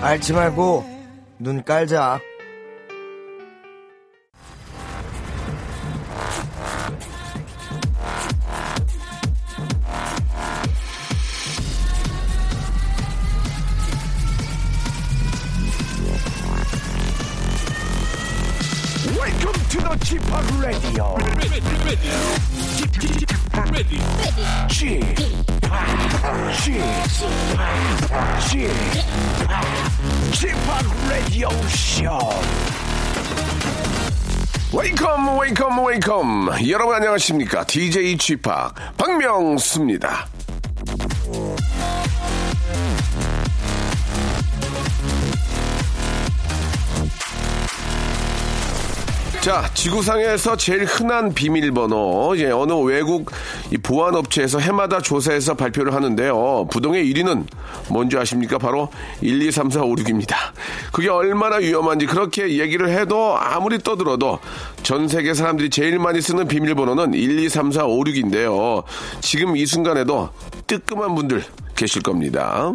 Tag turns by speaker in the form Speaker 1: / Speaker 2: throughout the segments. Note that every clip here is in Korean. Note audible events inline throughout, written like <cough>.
Speaker 1: 알지 말고 눈 깔자.
Speaker 2: Welcome to the Chip Radio. Chip Chip Chip Radio Show. 웨이컴 웨이컴 웨이컴 여러분 안녕하십니까 DJ 취팍 박명수입니다 자, 지구상에서 제일 흔한 비밀번호. 예, 어느 외국 이 보안업체에서 해마다 조사해서 발표를 하는데요. 부동의 1위는 뭔지 아십니까? 바로 1, 2, 3, 4, 5, 6입니다. 그게 얼마나 위험한지 그렇게 얘기를 해도 아무리 떠들어도 전 세계 사람들이 제일 많이 쓰는 비밀번호는 1, 2, 3, 4, 5, 6인데요. 지금 이 순간에도 뜨끔한 분들 계실 겁니다.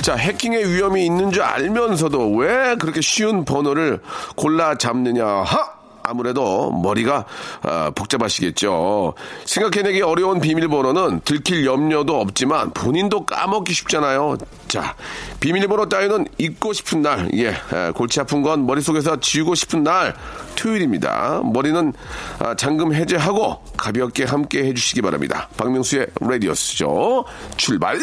Speaker 2: 자, 해킹의 위험이 있는 줄 알면서도 왜 그렇게 쉬운 번호를 골라 잡느냐? 하! 아무래도 머리가 아, 복잡하시겠죠. 생각해내기 어려운 비밀번호는 들킬 염려도 없지만 본인도 까먹기 쉽잖아요. 자, 비밀번호 따위는 잊고 싶은 날, 예, 예, 골치 아픈 건 머릿속에서 지우고 싶은 날, 토요일입니다. 머리는 아, 잠금 해제하고 가볍게 함께 해주시기 바랍니다. 박명수의 라디오스죠. 출발!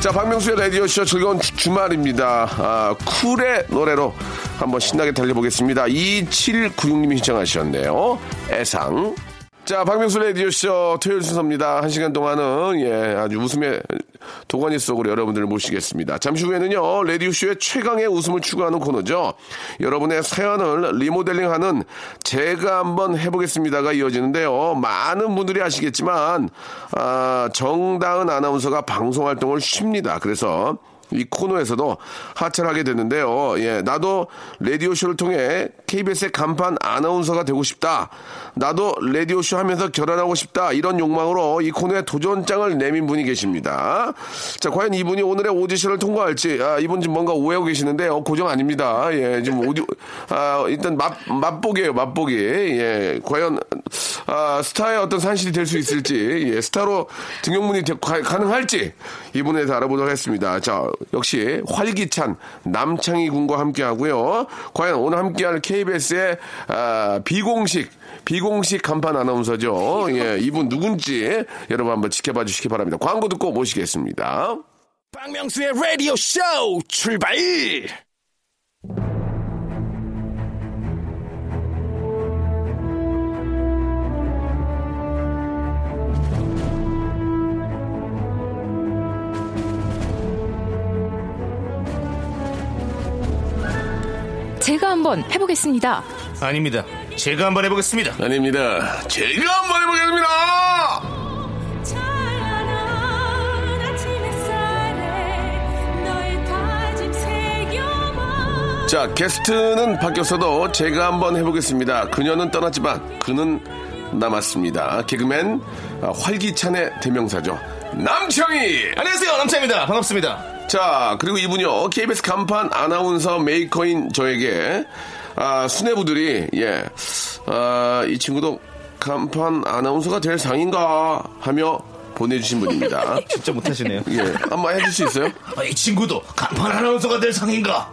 Speaker 2: 자, 박명수의 라디오쇼 즐거운 주, 말입니다 아, 쿨의 노래로 한번 신나게 달려보겠습니다. 2796님이 신청하셨네요. 애상. 자, 박명수 라디오쇼 토요일 순서입니다. 한 시간 동안은, 예, 아주 웃음의 도가니 속으로 여러분들을 모시겠습니다. 잠시 후에는요, 라디오쇼의 최강의 웃음을 추구하는 코너죠. 여러분의 사연을 리모델링하는 제가 한번 해보겠습니다가 이어지는데요. 많은 분들이 아시겠지만, 아, 정다은 아나운서가 방송 활동을 쉽니다. 그래서, 이 코너에서도 하차를 하게 됐는데요. 예, 나도 라디오쇼를 통해 KBS의 간판 아나운서가 되고 싶다. 나도 라디오쇼 하면서 결혼하고 싶다. 이런 욕망으로 이 코너에 도전장을 내민 분이 계십니다. 자, 과연 이분이 오늘의 오디션을 통과할지, 아, 이분 지금 뭔가 오해하고 계시는데요. 고정 아닙니다. 예, 지금 오디, 아, 일단 맛, 맛보기예요 맛보기. 예, 과연, 아, 스타의 어떤 산실이 될 수 있을지, 예, 스타로 등용문이 되- 가- 가능할지, 이분에 대해서 알아보도록 하겠습니다. 자, 역시 활기찬 남창희 군과 함께 하고요. 과연 오늘 함께 할 KBS의 아, 비공식, 비공식 간판 아나운서죠. 예, 이분 누군지 여러분 한번 지켜봐 주시기 바랍니다. 광고 듣고 모시겠습니다.
Speaker 3: 박명수의 라디오 쇼 출발!
Speaker 4: 제가 한번 해보겠습니다.
Speaker 3: 아닙니다. 제가 한번 해보겠습니다.
Speaker 2: 아닙니다. 제가 한번 해보겠습니다!
Speaker 5: 찬란한 아침 햇살에 너의 다짐 새겨만
Speaker 2: 자, 게스트는 바뀌었어도 제가 한번 해보겠습니다. 그녀는 떠났지만 그는 남았습니다. 개그맨 아, 활기찬의 대명사죠. 남창희!
Speaker 3: 안녕하세요, 남창입니다. 반갑습니다.
Speaker 2: 자, 그리고 이분요. KBS 간판 아나운서 메이커인 저에게 아, 수뇌부들이 예, 아, 이 친구도 간판 아나운서가 될 상인가 하며 보내주신 분입니다.
Speaker 3: 진짜 못하시네요.
Speaker 2: 예, 한번 해줄 수 있어요?
Speaker 3: <laughs> 아, 이 친구도 간판 아나운서가 될 상인가?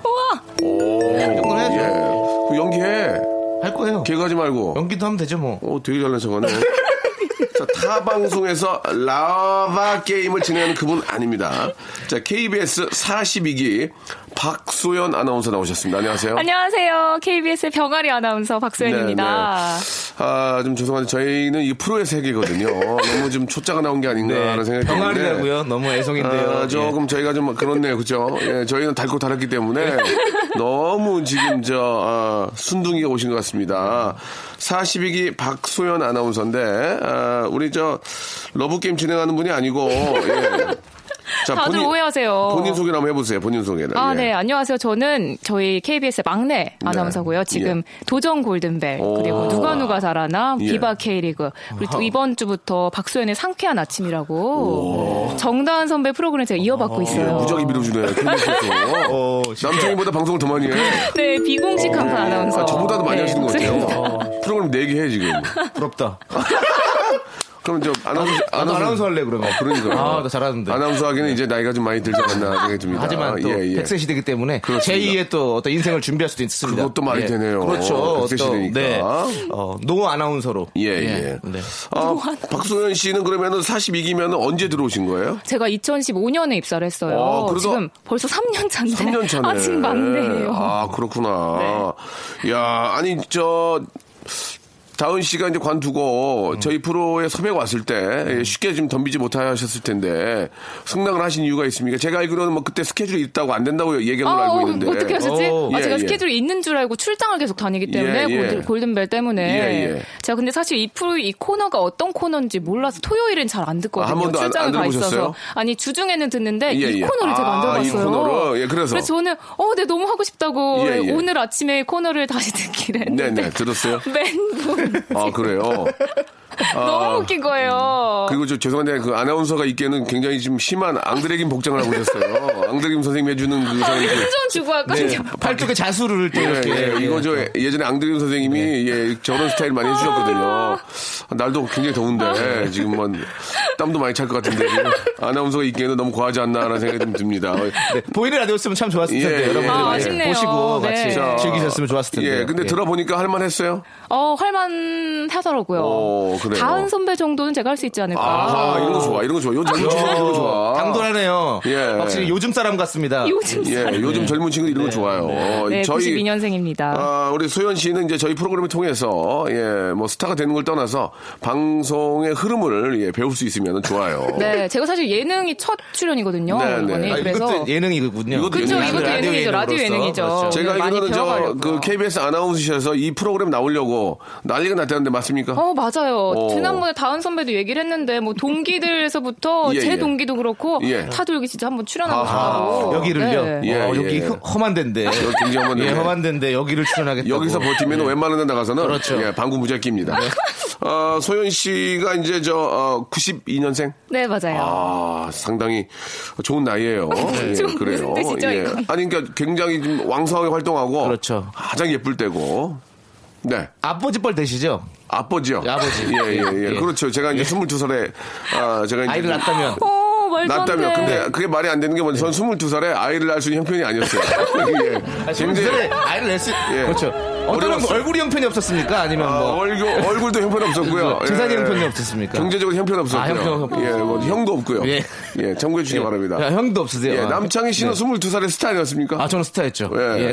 Speaker 2: 오,
Speaker 3: 해야죠.
Speaker 2: 예. 그 연기해.
Speaker 3: 할 거예요.
Speaker 2: 개그하지 말고.
Speaker 3: 연기도 하면 되죠, 뭐.
Speaker 2: 어, 되게 잘난
Speaker 4: <laughs>
Speaker 2: 척하네. 자, 타 방송에서 라바 게임을 진행하는 그분 아닙니다. 자, KBS 42기 박소연 아나운서 나오셨습니다. 안녕하세요.
Speaker 4: 안녕하세요. KBS의 병아리 아나운서 박소연입니다.
Speaker 2: 네, 아, 좀 죄송한데 저희는 이 프로의 세계거든요. 너무 좀 초짜가 나온 게 아닌가 하는 생각이 드는데.
Speaker 3: 네, 병아리라고요. 너무 애성인데요.
Speaker 4: 예.
Speaker 2: 아, 조금 저희가 좀 그렇네요, 그죠? 예, 저희는 닳고 닳았기
Speaker 4: <laughs>
Speaker 2: 때문에 너무 지금 저, 아, 순둥이가 오신 것 같습니다. 42기 박소연
Speaker 4: <laughs>
Speaker 2: 아나운서인데, 아, 우리 저, 러브게임 진행하는 분이 아니고, 예, 자,
Speaker 4: 다들
Speaker 2: 본인-
Speaker 4: 오해하세요.
Speaker 2: 본인 소개를 한번 해보세요. 본인 소개를.
Speaker 4: 아,
Speaker 2: 예. 네.
Speaker 4: 네. 안녕하세요. 저는 저희 KBS의 막내 아나운서고요. 지금 도전 골든벨,
Speaker 2: 예. 오.
Speaker 4: 그리고 누가 누가 살아나,
Speaker 2: 예.
Speaker 4: 비바 K리그. 그리고 또 이번 주부터 박소연의 상쾌한 아침이라고 정다은 선배 프로그램 제가 이어받고
Speaker 2: 예,
Speaker 4: 있어요.
Speaker 2: 무작위 밀어주네. KBS에서.
Speaker 3: <laughs> 어,
Speaker 2: 남청이보다 방송을 더 많이 해.
Speaker 4: 네, 비공식 한판 아나운서.
Speaker 2: 아, 저보다도 많이
Speaker 4: 네,
Speaker 2: 하시는 것
Speaker 4: 감사합니다. <laughs>
Speaker 2: 같아요. 프로그램 4개 해, 지금.
Speaker 3: 부럽다.
Speaker 2: 그럼 저 아나운서,
Speaker 3: 나도 아나운서 할래, 그러면.
Speaker 2: 그러니까.
Speaker 3: 아, 나 잘하는데.
Speaker 2: 아나운서 하기는 이제 나이가 좀 많이 들지 않나
Speaker 3: <laughs>
Speaker 2: 생각이 듭니다.
Speaker 3: 네. 하지만 또
Speaker 2: 예, 예.
Speaker 3: 100세 시대이기 때문에
Speaker 2: 그렇습니다.
Speaker 3: 제2의 또 어떤 인생을 준비할 수도 있습니다.
Speaker 2: 그것도 말이 되네요. 100세
Speaker 3: 그렇죠. 어떤
Speaker 2: 시대니까.
Speaker 3: 네. 어, 노 아나운서로.
Speaker 2: 예, 예.
Speaker 3: 네.
Speaker 2: 아, 박소연 씨는 그러면은 42기면 언제 들어오신 거예요?
Speaker 4: 제가 2015년에 입사를 했어요.
Speaker 2: 아, 그래서-
Speaker 4: 지금 벌써 3년 차인데.
Speaker 2: 3년 차네.
Speaker 4: <laughs> 아직 막내예요.
Speaker 2: 아, 그렇구나.
Speaker 3: 네.
Speaker 2: 야, 아니, 저, 다은 씨가 이제 관두고
Speaker 3: 음.
Speaker 2: 저희 프로에 섭외가 왔을 때
Speaker 3: 네.
Speaker 2: 예, 쉽게 좀 덤비지 못하셨을 텐데 승낙을 하신 이유가 있습니까? 제가 알기로는 뭐 그때 스케줄이 있다고 안 된다고 얘기한 걸로 아, 알고 있는데.
Speaker 4: 아, 어떻게 하셨지?
Speaker 3: 오.
Speaker 4: 아,
Speaker 2: 예,
Speaker 4: 제가
Speaker 2: 예.
Speaker 4: 스케줄이 있는 줄 알고 출장을 계속 다니기 때문에
Speaker 2: 예, 예.
Speaker 4: 골든, 골든벨 때문에
Speaker 2: 예, 예.
Speaker 4: 제가 근데 사실 이 프로 이 코너가 어떤 코너인지 몰라서 토요일엔 잘 안 듣거든요.
Speaker 2: 아, 한 번도 안-
Speaker 4: 출장을
Speaker 2: 안
Speaker 4: 가
Speaker 2: 들어보셨어요?
Speaker 4: 있어서 아니 주중에는 듣는데
Speaker 2: 예, 예.
Speaker 4: 이 코너를 제가 안
Speaker 2: 아, 이
Speaker 4: 들어봤어요.
Speaker 2: 코너를? 예, 그래서?
Speaker 4: 저는 어네 너무 하고 싶다고
Speaker 2: 예, 예.
Speaker 4: 오늘 아침에 이 코너를 다시 <laughs> 듣기로 했는데
Speaker 2: 네네,
Speaker 4: <laughs>
Speaker 2: 들었어요?
Speaker 4: 맨분
Speaker 2: 아, 그래요?
Speaker 4: <laughs> 너무 웃긴 거예요.
Speaker 2: 아, 그리고 저 죄송한데 그 아나운서가 있기에는 굉장히 지금 심한 앙드레김 복장을 하고
Speaker 3: <laughs>
Speaker 2: 계셨어요. 앙드레김 선생님이 해주는 그
Speaker 4: 아,
Speaker 2: 상황이.
Speaker 4: 큰손 주고 왔거든요.
Speaker 3: 팔뚝에 자수를 또
Speaker 2: 예,
Speaker 3: 이렇게.
Speaker 2: 예, 이거 저 예전에 앙드림 선생님이 예, 저런 스타일 많이
Speaker 3: <laughs>
Speaker 2: 해주셨거든요. 날도 굉장히
Speaker 3: 예.
Speaker 2: 더운데 지금 뭐 땀도 많이 찰 것 같은데 지금 아나운서가 있기에는 너무 과하지 않나라는 생각이 좀 듭니다.
Speaker 3: 네, 보이는 라디오였으면 참 좋았을
Speaker 2: 예,
Speaker 3: 텐데
Speaker 2: 예.
Speaker 3: 여러분들
Speaker 2: 아,
Speaker 3: 많이
Speaker 4: 아쉽네요.
Speaker 3: 보시고
Speaker 4: 네.
Speaker 3: 같이
Speaker 2: 자,
Speaker 3: 즐기셨으면 좋았을 텐데.
Speaker 2: 예, 근데 들어보니까 할만했어요.
Speaker 4: 어, 할만하더라고요.
Speaker 2: 오, 그래요?
Speaker 4: 다은 선배 정도는 제가 할 수 있지 않을까.
Speaker 2: 아, 이런 거 좋아, 이런 거 좋아. 요즘 젊은 친구 이런 거 좋아.
Speaker 3: 당돌하네요.
Speaker 2: 예.
Speaker 3: 확실히 요즘 사람 같습니다.
Speaker 4: <laughs> 요즘
Speaker 2: 예,
Speaker 4: 사람.
Speaker 2: 요즘 젊은 친구 이런 거 좋아요.
Speaker 4: 네,
Speaker 2: 저희
Speaker 4: 92년생입니다.
Speaker 2: 아, 우리 소연 씨는 이제 저희 프로그램을 통해서 예, 뭐 스타가 되는 걸 떠나서 방송의 흐름을 예, 배울 수 있으면 좋아요.
Speaker 4: <laughs> 네, 제가 사실 예능이 첫 출연이거든요.
Speaker 2: 네, 네.
Speaker 4: 이번에.
Speaker 2: 아,
Speaker 3: 아,
Speaker 4: 그래서
Speaker 3: 이것도 예능이거든요.
Speaker 2: 이것도 그쵸, 예능이죠. 이것도
Speaker 4: 예능이죠. 라디오
Speaker 3: 예능으로서.
Speaker 4: 예능이죠.
Speaker 3: 그렇죠.
Speaker 2: 제가
Speaker 4: 오늘 많이
Speaker 2: 알기로는 저
Speaker 4: 배워가려고요.
Speaker 2: 그 KBS 아나운서셔서 이 프로그램 나오려고 난리가 났다는데 맞습니까?
Speaker 4: 어 맞아요.
Speaker 2: 오.
Speaker 4: 지난번에 다은 선배도 얘기를 했는데 뭐 동기들에서부터
Speaker 2: <laughs> 예,
Speaker 4: 제
Speaker 2: 예.
Speaker 4: 동기도 그렇고
Speaker 2: 예.
Speaker 4: 다들 여기 진짜 한번 출연하고
Speaker 2: 아하.
Speaker 4: 싶다고.
Speaker 3: 여기를요.
Speaker 4: 네.
Speaker 2: 예,
Speaker 3: 어,
Speaker 2: 예.
Speaker 3: 여기 험- 험한
Speaker 2: <laughs>
Speaker 3: 데인데.
Speaker 2: 여기
Speaker 4: <laughs>
Speaker 2: 굉장히 험한
Speaker 3: 예,
Speaker 2: 데인데.
Speaker 3: 험한 데인데 여기를 출연하겠다.
Speaker 2: 여기서
Speaker 4: 예.
Speaker 2: 뭐 버티면 웬만한 데 나가서는
Speaker 3: 그렇죠.
Speaker 2: 예, 방구 무작기입니다.
Speaker 4: 네.
Speaker 2: 어, 소연 씨가 이제 저 어, 92년생?
Speaker 4: 네 맞아요.
Speaker 2: 아, 상당히 좋은 나이예요. 예,
Speaker 4: 지금 무슨
Speaker 2: 그래요.
Speaker 4: 뜻이죠,
Speaker 2: 예.
Speaker 4: 이건?
Speaker 2: 아니 그러니까 굉장히 좀 왕성하게 활동하고
Speaker 3: 그렇죠.
Speaker 2: 가장 예쁠 때고. 네.
Speaker 3: 아버지 뻘 되시죠?
Speaker 2: 아버지요.
Speaker 3: 아버지.
Speaker 2: <laughs> 예, 예, 예.
Speaker 3: 예.
Speaker 2: 그렇죠. 제가 이제 22살에 아, 제가 이제
Speaker 3: 아이를
Speaker 2: <laughs>
Speaker 3: 낳았다면.
Speaker 4: 어 말도 안 돼.
Speaker 2: 났다면 근데 그게 말이 안 되는 게 뭔지 전 22살에 아이를 낳을 수 있는 형편이
Speaker 3: <laughs>
Speaker 2: 아니었어요. 예.
Speaker 3: 아, 지금 그들의 아이를 냈을
Speaker 2: 예.
Speaker 3: 그렇죠. 어떤
Speaker 2: 어려웠어요.
Speaker 3: 얼굴이 형편이 없었습니까? 아니면
Speaker 2: 아,
Speaker 3: 뭐
Speaker 2: 얼굴, 얼굴도 형편 없었고요.
Speaker 3: <laughs>
Speaker 2: 예.
Speaker 3: 그죠. 재산이 형편이 없었습니까?
Speaker 2: 경제적으로 형편 없었고요.
Speaker 3: 아, 형편 없었고.
Speaker 2: 예, 뭐 형도 없고요. 예,
Speaker 3: 예.
Speaker 2: 참고해 주시기 바랍니다.
Speaker 3: 야, 형도 없으세요.
Speaker 2: 예,
Speaker 3: 아.
Speaker 2: 남창희 씨는 22살의 스타 아니었습니까?
Speaker 3: 아 저는 스타였죠.
Speaker 2: 예.
Speaker 3: 예.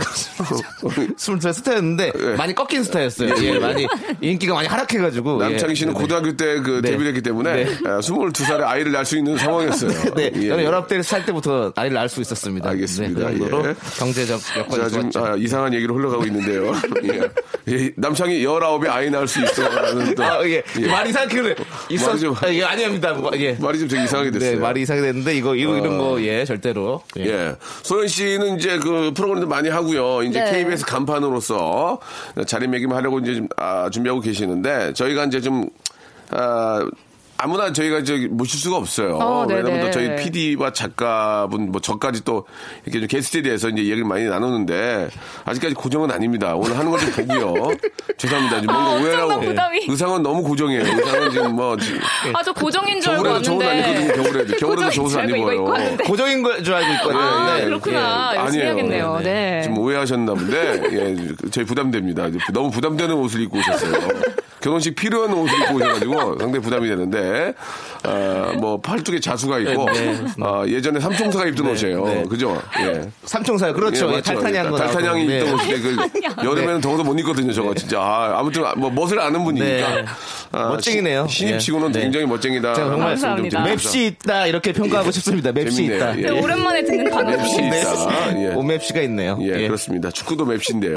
Speaker 2: <laughs>
Speaker 3: 스물 두 스타였는데
Speaker 2: 예.
Speaker 3: 많이 꺾인 스타였어요. 예, 많이 인기가 많이 하락해가지고
Speaker 2: 어, 남창희 씨는
Speaker 3: 예.
Speaker 2: 고등학교 때 그
Speaker 3: 네.
Speaker 2: 데뷔를 했기 때문에
Speaker 3: 네.
Speaker 2: 아, 22살에 아이를 낳을 수 있는 상황이었어요.
Speaker 3: <laughs> 네,
Speaker 2: 예.
Speaker 3: 저는 19대 살 때부터 아이를 낳을 수 있었습니다.
Speaker 2: 알겠습니다.
Speaker 3: 네, 그 정도로
Speaker 2: 예.
Speaker 3: 경제적
Speaker 2: 자,
Speaker 3: 여건이
Speaker 2: 지금
Speaker 3: 좋았죠. 네.
Speaker 2: 아, 이상한 얘기로 흘러가고
Speaker 3: <laughs>
Speaker 2: 있는데요. 예. 예, 남창희 19에 아이 낳을 수 있어. 라는 또-
Speaker 3: 아, 예.
Speaker 2: 예.
Speaker 3: 말이 이상하게 있었...
Speaker 2: 말이 좀-
Speaker 3: 아, 예, 아닙니다. 뭐, 예.
Speaker 2: 말이 좀 되게 이상하게 됐어요.
Speaker 3: 네, 말이 이상하게 됐는데 이거 이거 이런 거 예, 절대로. 예.
Speaker 2: 예. 소연 씨는 이제 그 프로그램도 많이 하고요. 이제
Speaker 4: 네.
Speaker 2: KBS 간판으로서 자리매김하려고 이제 좀, 아, 준비하고 계시는데 저희가 이제 좀 아, 아무나 저희가 저기 모실 수가 없어요.
Speaker 4: 어, 네네.
Speaker 2: 왜냐면 또 저희 PD와 작가분 뭐 저까지 또 이렇게 좀 게스트에 대해서 이제 얘기를 많이 나누는데 아직까지 고정은 아닙니다. 오늘 하는 걸 좀
Speaker 4: <laughs>
Speaker 2: 보고요. 죄송합니다. 지금 뭔가
Speaker 4: 아,
Speaker 2: 오해라고.
Speaker 4: 엄청난 부담이.
Speaker 2: 의상은 너무 고정이에요. 의상은 지금
Speaker 4: <laughs>
Speaker 2: 뭐 지금
Speaker 4: 아저 고정인 줄 알고
Speaker 2: 겨울에도 저옷
Speaker 4: 왔는데.
Speaker 2: 안 입거든요.
Speaker 4: <laughs>
Speaker 2: 겨울에도 겨울에도
Speaker 4: 고정인
Speaker 2: 저 옷을
Speaker 4: 줄
Speaker 2: 안
Speaker 4: 알고 이거 입고
Speaker 2: 입어요.
Speaker 4: 왔는데.
Speaker 3: 고정인 걸줄 알고 있거든요.
Speaker 4: 아
Speaker 2: 네,
Speaker 4: 그렇구나.
Speaker 2: 예.
Speaker 4: 열심히
Speaker 2: 아니에요.
Speaker 4: 하겠네요. 네.
Speaker 2: 지금 뭐 오해하셨나 본데 예, 저희 부담됩니다. 이제 너무 부담되는 옷을 입고 오셨어요. 결혼식 필요한 옷을 입고 오셔가지고 상당히 부담이 되는데 아, 뭐 팔뚝에 자수가 있고
Speaker 3: 네, 네.
Speaker 2: 아, 예전에 삼총사가 입던 옷이에요.
Speaker 3: 네.
Speaker 2: 그죠? 예.
Speaker 3: 삼총사요. 그렇죠.
Speaker 2: 예,
Speaker 3: 예,
Speaker 2: 맞죠.
Speaker 3: 탈탄이 한
Speaker 2: 예,
Speaker 3: 거.
Speaker 2: 탈탄양이
Speaker 3: 나왔고.
Speaker 2: 입던
Speaker 3: 네.
Speaker 2: 옷인데 그 여름에는 더워서 못 입거든요. 저거 진짜 아, 무튼뭐 멋을 아는 분이니까
Speaker 3: 네.
Speaker 2: 아,
Speaker 3: 멋쟁이네요.
Speaker 2: 시- 신입치고는
Speaker 3: 예.
Speaker 2: 굉장히 멋쟁이다.
Speaker 3: 제가 정말
Speaker 2: 말씀 좀
Speaker 4: 감사합니다.
Speaker 2: 드리면서.
Speaker 3: 맵시 있다 이렇게 평가하고 싶습니다. 맵시
Speaker 2: 예. <laughs> 재밌네요.
Speaker 3: 있다. 네.
Speaker 2: 예.
Speaker 4: 네, 오랜만에 듣는 단어.
Speaker 2: 맵시 있다. 예.
Speaker 3: 오맵시가 있네요.
Speaker 2: 예, 그렇습니다. 축구도 맵신데요.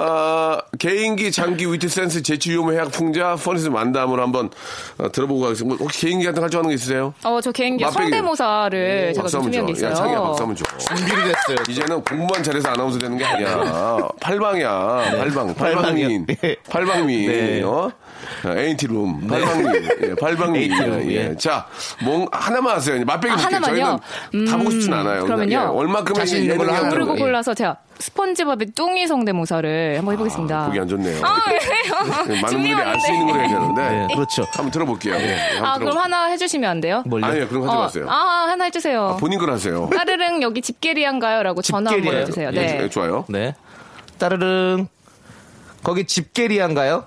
Speaker 2: 아, 개인기, 장기, 위트 센스, 재치, 유머, 해학, 풍자, 퍼니스 만담을 한번 어, 들어보고 하겠습니다. 뭐 혹시 개인기 같은 거 활동하는 게 있으세요?
Speaker 4: 어, 저 개인기
Speaker 2: 맛배기.
Speaker 4: 성대모사를 제가
Speaker 2: 박수
Speaker 4: 좀
Speaker 2: 한번
Speaker 4: 준비한 게
Speaker 2: 줘.
Speaker 4: 네, 있어요.
Speaker 2: 야, 창이야, 박수 한번 줘.
Speaker 3: 준비를 됐어요.
Speaker 2: 이제는 공부만 잘해서 아나운서 되는 게 아니야. 팔방이야. 팔방. 팔방민.
Speaker 3: 네.
Speaker 2: 팔방민.
Speaker 3: 네.
Speaker 2: 어? 에인티룸. 팔방민. 예, 팔방민.
Speaker 3: 에이티룸,
Speaker 2: 예, 예.
Speaker 3: 예.
Speaker 2: 자, 뭔, 하나만 하세요. 이제 맛배기
Speaker 4: 아,
Speaker 2: 볼게요. 저희는
Speaker 4: 하나만요?
Speaker 2: 다 보고
Speaker 4: 음,
Speaker 2: 싶진 않아요. 예,
Speaker 4: 그러면요?
Speaker 2: 얼마큼
Speaker 3: 자신 있는 걸로 하나
Speaker 4: 모르고
Speaker 3: 예.
Speaker 4: 골라서 제가 스펀지밥의 뚱이 성대모사를 한번 해보겠습니다.
Speaker 2: 보기 안 좋네요.
Speaker 4: 아, 왜요?
Speaker 2: 그 많은 분들이 알 수 있는 걸 해야 되는데.
Speaker 3: 네, 그렇죠.
Speaker 2: 한번 들어볼게요. 예, 한번
Speaker 4: 아, 그럼
Speaker 2: 들어볼게요.
Speaker 4: 하나 해주시면 안 돼요?
Speaker 3: 뭘요?
Speaker 2: 아니요, 그럼 하지
Speaker 4: 어,
Speaker 2: 마세요.
Speaker 4: 아, 하나 해주세요.
Speaker 2: 본인 걸 하세요.
Speaker 4: 따르릉 여기 집게리한가요? 라고 전화 한번
Speaker 3: 집게리예요?
Speaker 4: 해주세요.
Speaker 2: 예,
Speaker 4: 네.
Speaker 2: 예, 좋아요.
Speaker 3: 네. 따르릉. 거기 집게리한가요?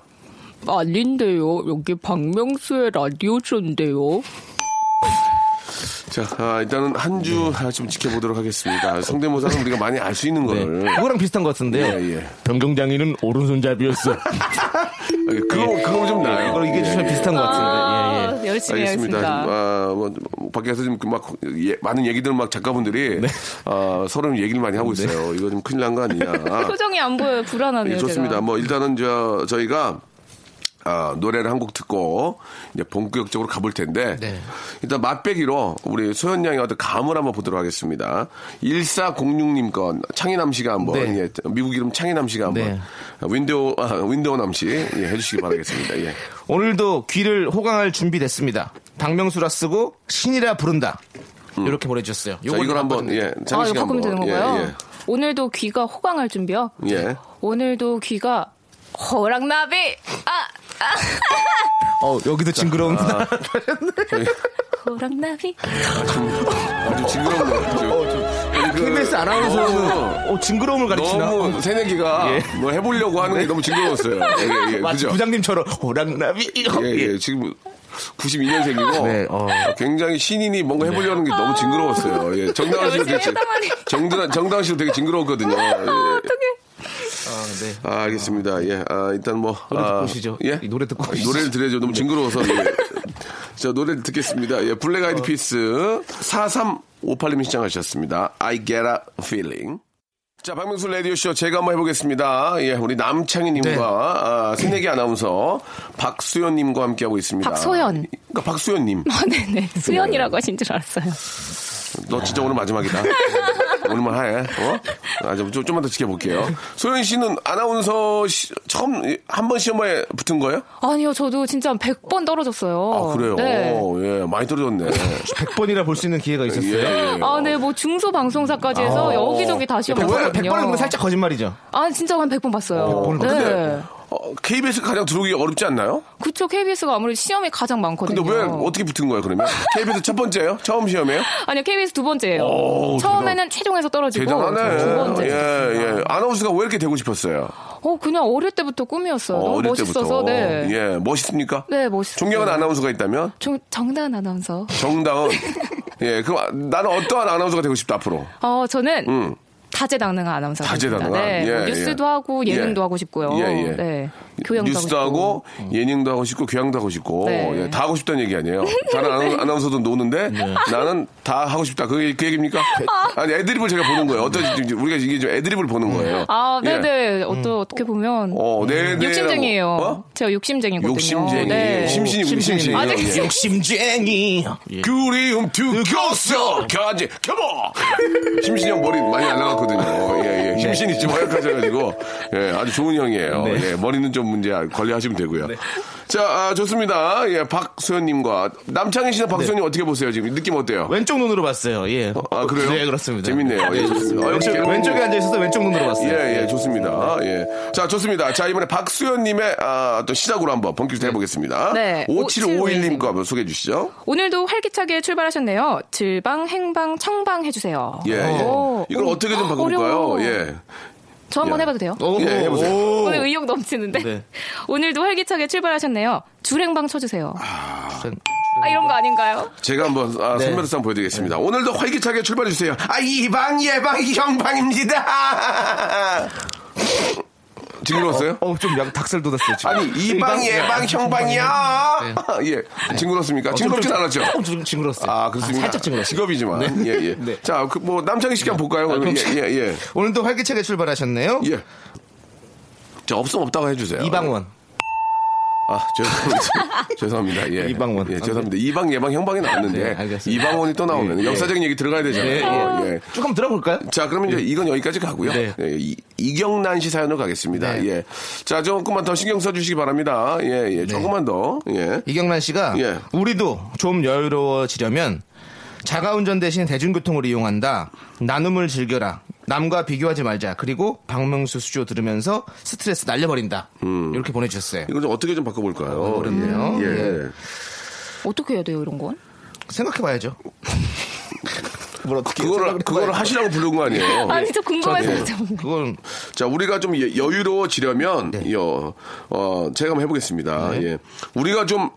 Speaker 4: 아닌데요. 여기 박명수의 라디오쇼인데요.
Speaker 2: 자, 아, 일단은 한 주 좀 지켜보도록 하겠습니다. 성대모사는 우리가 많이 알 수 있는
Speaker 3: 네. 네.
Speaker 2: 거를.
Speaker 3: 그거랑 비슷한 것 같은데요.
Speaker 2: 음. 예, 예.
Speaker 3: 변경장이는 <laughs> 오른손잡이였어.
Speaker 2: 아, 그거, 그거 좀 나아요.
Speaker 3: 네.
Speaker 2: 예.
Speaker 3: 이걸 이게 좀 비슷한 것 같은데. 예, 예.
Speaker 4: 아, 열심히
Speaker 2: 알겠습니다.
Speaker 4: 하겠습니다.
Speaker 2: 지금, 아, 뭐, 뭐, 밖에서 지금 막 예, 많은 얘기들 막 작가분들이
Speaker 3: 네.
Speaker 2: 아, 서로 얘기를 많이 하고 있어요. 이거 좀 큰일 난 거 <laughs> 아니냐.
Speaker 4: 표정이 안 보여요. 불안하네요.
Speaker 2: 예, 좋습니다.
Speaker 4: 제가.
Speaker 2: 뭐 일단은 저 저희가 아, 노래를 한 곡 듣고 이제 본격적으로 가볼 텐데
Speaker 3: 네.
Speaker 2: 일단 맛배기로 우리 소연 양의 어떤 감을 한번 보도록 하겠습니다. 1406님 건 창희남 씨가 한번
Speaker 3: 네.
Speaker 2: 예, 미국 이름 창희남 씨가 한번
Speaker 3: 네.
Speaker 2: 아, 윈도우 아, 윈도우 남씨 예, 해주시기 바라겠습니다. 예.
Speaker 3: 오늘도 귀를 호강할 준비됐습니다. 박명수라 쓰고 신이라 부른다. 이렇게 보내주셨어요.
Speaker 2: 음. 자, 이걸 한번 예,
Speaker 4: 아,
Speaker 2: 창희
Speaker 4: 이거
Speaker 2: 씨가
Speaker 4: 바꾸면
Speaker 2: 한번
Speaker 4: 되는 거고요. 오늘도 귀가 호강할 준비요.
Speaker 2: 예, 예. 예.
Speaker 4: 오늘도 귀가 호랑나비. 아,
Speaker 3: 어, 여기도 <laughs> 징그러운다.
Speaker 4: 호랑나비.
Speaker 2: 아주 징그럽네요. 아주. 아니, 그-
Speaker 3: 어, KBS 아나운서는 어, 징그러움을 가르치나?
Speaker 2: 너무 새내기가
Speaker 3: 예.
Speaker 2: 뭐 해보려고 하는 게 너무 징그러웠어요. 예, 예, 예.
Speaker 3: 마치
Speaker 2: 그죠?
Speaker 3: 아, 부장님처럼 호랑나비.
Speaker 2: 예, 예. 지금 92년생이고
Speaker 3: 네, 어.
Speaker 2: 굉장히 신인이 뭔가 해보려는 게 너무 징그러웠어요. 예, 정다은 씨도 되게 징- 정다은 정다은 씨도 되게 징그러웠거든요. 예. 어떻게?
Speaker 3: 네.
Speaker 2: 아, 알겠습니다. 예, 아, 일단 뭐
Speaker 3: 노래 듣고
Speaker 2: 아,
Speaker 3: 오시죠.
Speaker 2: 예,
Speaker 3: 이 노래 듣고 오시죠. 네.
Speaker 2: 노래를 들려줘 너무 징그러워서. 예. 자, 노래 듣겠습니다. 예, 블랙
Speaker 3: 어.
Speaker 2: 아이드 피스 4358님 시청하셨습니다. I get a feeling. 자, 박명수 라디오쇼 제가 한번 해보겠습니다. 예, 우리 남창희님과
Speaker 3: 네.
Speaker 2: 아, 새내기 아나운서 박수현님과 함께하고 있습니다.
Speaker 4: 박소연.
Speaker 2: 그러니까 박수현님.
Speaker 4: 아, 네네. 수연이라고 하신 줄 알았어요.
Speaker 2: 너 진짜 오늘 마지막이다. 오늘만 하해. 어? 아, 좀, 좀- 좀만 더 지켜볼게요. 소연 씨는 아나운서 시- 처음 한 번 시험에 붙은 거예요?
Speaker 4: 아니요, 저도 진짜 한 100번 떨어졌어요.
Speaker 2: 아, 그래요?
Speaker 4: 네.
Speaker 2: 오, 예, 많이 떨어졌네.
Speaker 3: 100번이라 볼 수 있는 기회가
Speaker 2: 예,
Speaker 3: 있었어요.
Speaker 2: 예. 아.
Speaker 4: 아, 네, 뭐, 중소방송사까지 해서 여기저기 다시
Speaker 3: 100번은,
Speaker 4: 봤거든요.
Speaker 3: 100번은 근데 살짝 거짓말이죠.
Speaker 4: 아, 진짜 한 100번 봤어요.
Speaker 2: 아,
Speaker 4: 네.
Speaker 2: 근데 어, KBS 가 가장 들어오기 어렵지 않나요?
Speaker 4: 그쵸, KBS가 아무래도 시험이 가장 많거든요.
Speaker 2: 근데 왜 어떻게 붙은 거예요, 그러면? KBS 첫 번째예요? 처음 시험이에요?
Speaker 4: 아니요, KBS 두 번째예요.
Speaker 2: 오,
Speaker 4: 처음에는 최종에서 떨어지고
Speaker 2: 대단하네.
Speaker 4: 두 번째.
Speaker 2: 예, 예. 아나운서가 왜 이렇게 되고 싶었어요?
Speaker 4: 어, 그냥 어릴 때부터 꿈이었어요. 너무
Speaker 2: 어릴
Speaker 4: 멋있어서.
Speaker 2: 때부터.
Speaker 4: 네.
Speaker 2: 예, 멋있습니까?
Speaker 4: 네, 멋있어요.
Speaker 2: 존경하는 아나운서가 있다면?
Speaker 4: 정, 정다은 아나운서. <laughs>
Speaker 2: 정다은. 예, 그럼 아- 나는 어떠한 아나운서가 되고 싶다, 앞으로?
Speaker 4: 어, 저는
Speaker 2: 음.
Speaker 4: 다재다능한 아나운서.
Speaker 2: 다재다능한?
Speaker 4: 네, 뭐
Speaker 2: 예,
Speaker 4: 뉴스도
Speaker 2: 예.
Speaker 4: 하고 예능도
Speaker 2: 예.
Speaker 4: 하고 싶고요.
Speaker 2: 예, 예.
Speaker 4: 네. 교양도 음.
Speaker 2: 뉴스도 하고, 예능도 하고 싶고 교양도 하고 싶고
Speaker 4: 네.
Speaker 2: 예, 다 하고 싶다는 얘기
Speaker 4: <laughs>
Speaker 2: 아니에요. 다른 아나- 아나운서도 노는데 나는 다 하고 싶다. 그게 그 얘기입니까? 아니 애드립을 제가 보는 거예요. 어떤지 우리가 이게 좀 애드립을 보는 거예요.
Speaker 4: 아,
Speaker 2: 예.
Speaker 4: 네네. 어떠, 어떻게 보면.
Speaker 2: 어, 네, 네.
Speaker 4: 욕심쟁이에요.
Speaker 2: 어?
Speaker 4: 제가 욕심쟁이거든요.
Speaker 2: 욕심쟁이.
Speaker 4: 네.
Speaker 2: 심신이 욕심쟁이.
Speaker 4: 아, 네.
Speaker 2: 예.
Speaker 3: 욕심쟁이.
Speaker 2: 그리움 두켰어 가지 켜봐 <laughs> 심신이 형 머리 많이 날라갔거든요 예예 심신이 지금 뭐 허약하셔가지고 예 아주 좋은 형이에요
Speaker 3: 네.
Speaker 2: 예 머리는 좀 문제 관리하시면 되고요 자 아, 좋습니다 예 박소연님과 남창희 씨나
Speaker 3: 네.
Speaker 2: 박소연님 어떻게 보세요 지금 느낌 어때요
Speaker 3: 왼쪽 눈으로 봤어요. 예.
Speaker 2: 아, 그래요?
Speaker 3: 네, 그렇습니다.
Speaker 2: 재밌네요. 예, 좋습니다. 아, 역시
Speaker 3: 왼쪽,
Speaker 2: 여러분-
Speaker 3: 왼쪽에 네. 앉아 있어서 왼쪽 눈으로 봤어요.
Speaker 2: 예, 예, 좋습니다. 예. 자, 좋습니다. 자, 이번에 박수현님의, 아, 또 시작으로 한번 본격적으로 해보겠습니다.
Speaker 4: 네.
Speaker 2: 5751님 거 한번 소개해 주시죠.
Speaker 4: 오늘도 활기차게 출발하셨네요. 질방, 행방, 청방 해주세요.
Speaker 2: 예, 예.
Speaker 4: 오,
Speaker 2: 이걸
Speaker 4: 오,
Speaker 2: 어떻게 좀
Speaker 4: 아, 어려워.
Speaker 2: 바꿔볼까요? 예.
Speaker 4: 저 한번
Speaker 2: 예.
Speaker 4: 해봐도 돼요?
Speaker 3: 오,
Speaker 2: 예, 해보세요.
Speaker 3: 오.
Speaker 4: 오늘 의욕 넘치는데.
Speaker 3: 네.
Speaker 4: <laughs> 오늘도 활기차게 출발하셨네요. 줄행방 쳐주세요. 아, 이런 거 아닌가요?
Speaker 2: 제가 한번 아,
Speaker 3: 네.
Speaker 2: 선배로서 한번 보여드리겠습니다. 오늘도 활기차게 출발해 주세요. 아 이방 예방 형방입니다. <laughs> 징그러웠어요?
Speaker 3: 어, 좀 약, 닭살 돋았어요, 지금.
Speaker 2: 아니 이방 예방 형방이야. <laughs> 예, 징그럽습니까? 징그럽진 않았죠.
Speaker 3: 조금 네. 어, 좀 징그러웠어요.
Speaker 2: 아 그렇습니다.
Speaker 3: 살짝 징그러웠어요.
Speaker 2: 직업이지만 예 예.
Speaker 3: 네.
Speaker 2: 자, 그 뭐 남창희 씨께 한번 볼까요?
Speaker 3: 아, 그럼
Speaker 2: 예, 예, 예.
Speaker 3: 오늘도 활기차게 출발하셨네요.
Speaker 2: 예. 자, 없으면 없다고 해주세요.
Speaker 3: 이방원.
Speaker 2: 아,
Speaker 3: <laughs>
Speaker 2: 죄송합니다. 죄송합니다. 예.
Speaker 3: 이방원.
Speaker 2: 예, 죄송합니다. 이방 예방 형방이
Speaker 3: 네,
Speaker 2: 나왔는데
Speaker 3: 알겠습니다.
Speaker 2: 이방원이 또 나오면
Speaker 3: 예, 네, 예.
Speaker 2: 역사적인 얘기 들어가야 되잖아요. 예.
Speaker 3: 쭉 한번 들어볼까요?
Speaker 2: 자, 그러면 이제 이건 여기까지 가고요.
Speaker 3: 네.
Speaker 2: 예, 이, 이경란 씨 사연으로 가겠습니다.
Speaker 3: 네.
Speaker 2: 예. 자, 조금만 더 신경 써주시기 바랍니다. 예, 예. 조금만 더. 예.
Speaker 3: 이경란 씨가
Speaker 2: 예.
Speaker 3: 우리도 좀 여유로워지려면 자가운전 대신 대중교통을 이용한다. 나눔을 즐겨라. 남과 비교하지 말자. 그리고 박명수 수조 들으면서 스트레스 날려버린다.
Speaker 2: 음.
Speaker 3: 이렇게 보내주셨어요.
Speaker 2: 이거 좀 어떻게 좀 바꿔볼까요?
Speaker 3: 아, 어렵네요.
Speaker 2: 예.
Speaker 3: 예.
Speaker 4: 어떻게 해야 돼요 이런 건?
Speaker 3: 생각해봐야죠. 뭘 어떻게
Speaker 2: 그거를,
Speaker 3: 생각을
Speaker 2: 그거를
Speaker 3: 해봐야죠.
Speaker 2: 하시라고 부른 거 아니에요?
Speaker 3: <laughs>
Speaker 4: 아니 저 궁금해서 <laughs> 좀.
Speaker 3: 그건
Speaker 2: 자, 우리가 좀 여- 여유로워지려면, 여, 어, 제가 한번 해보겠습니다. 예. 우리가 좀,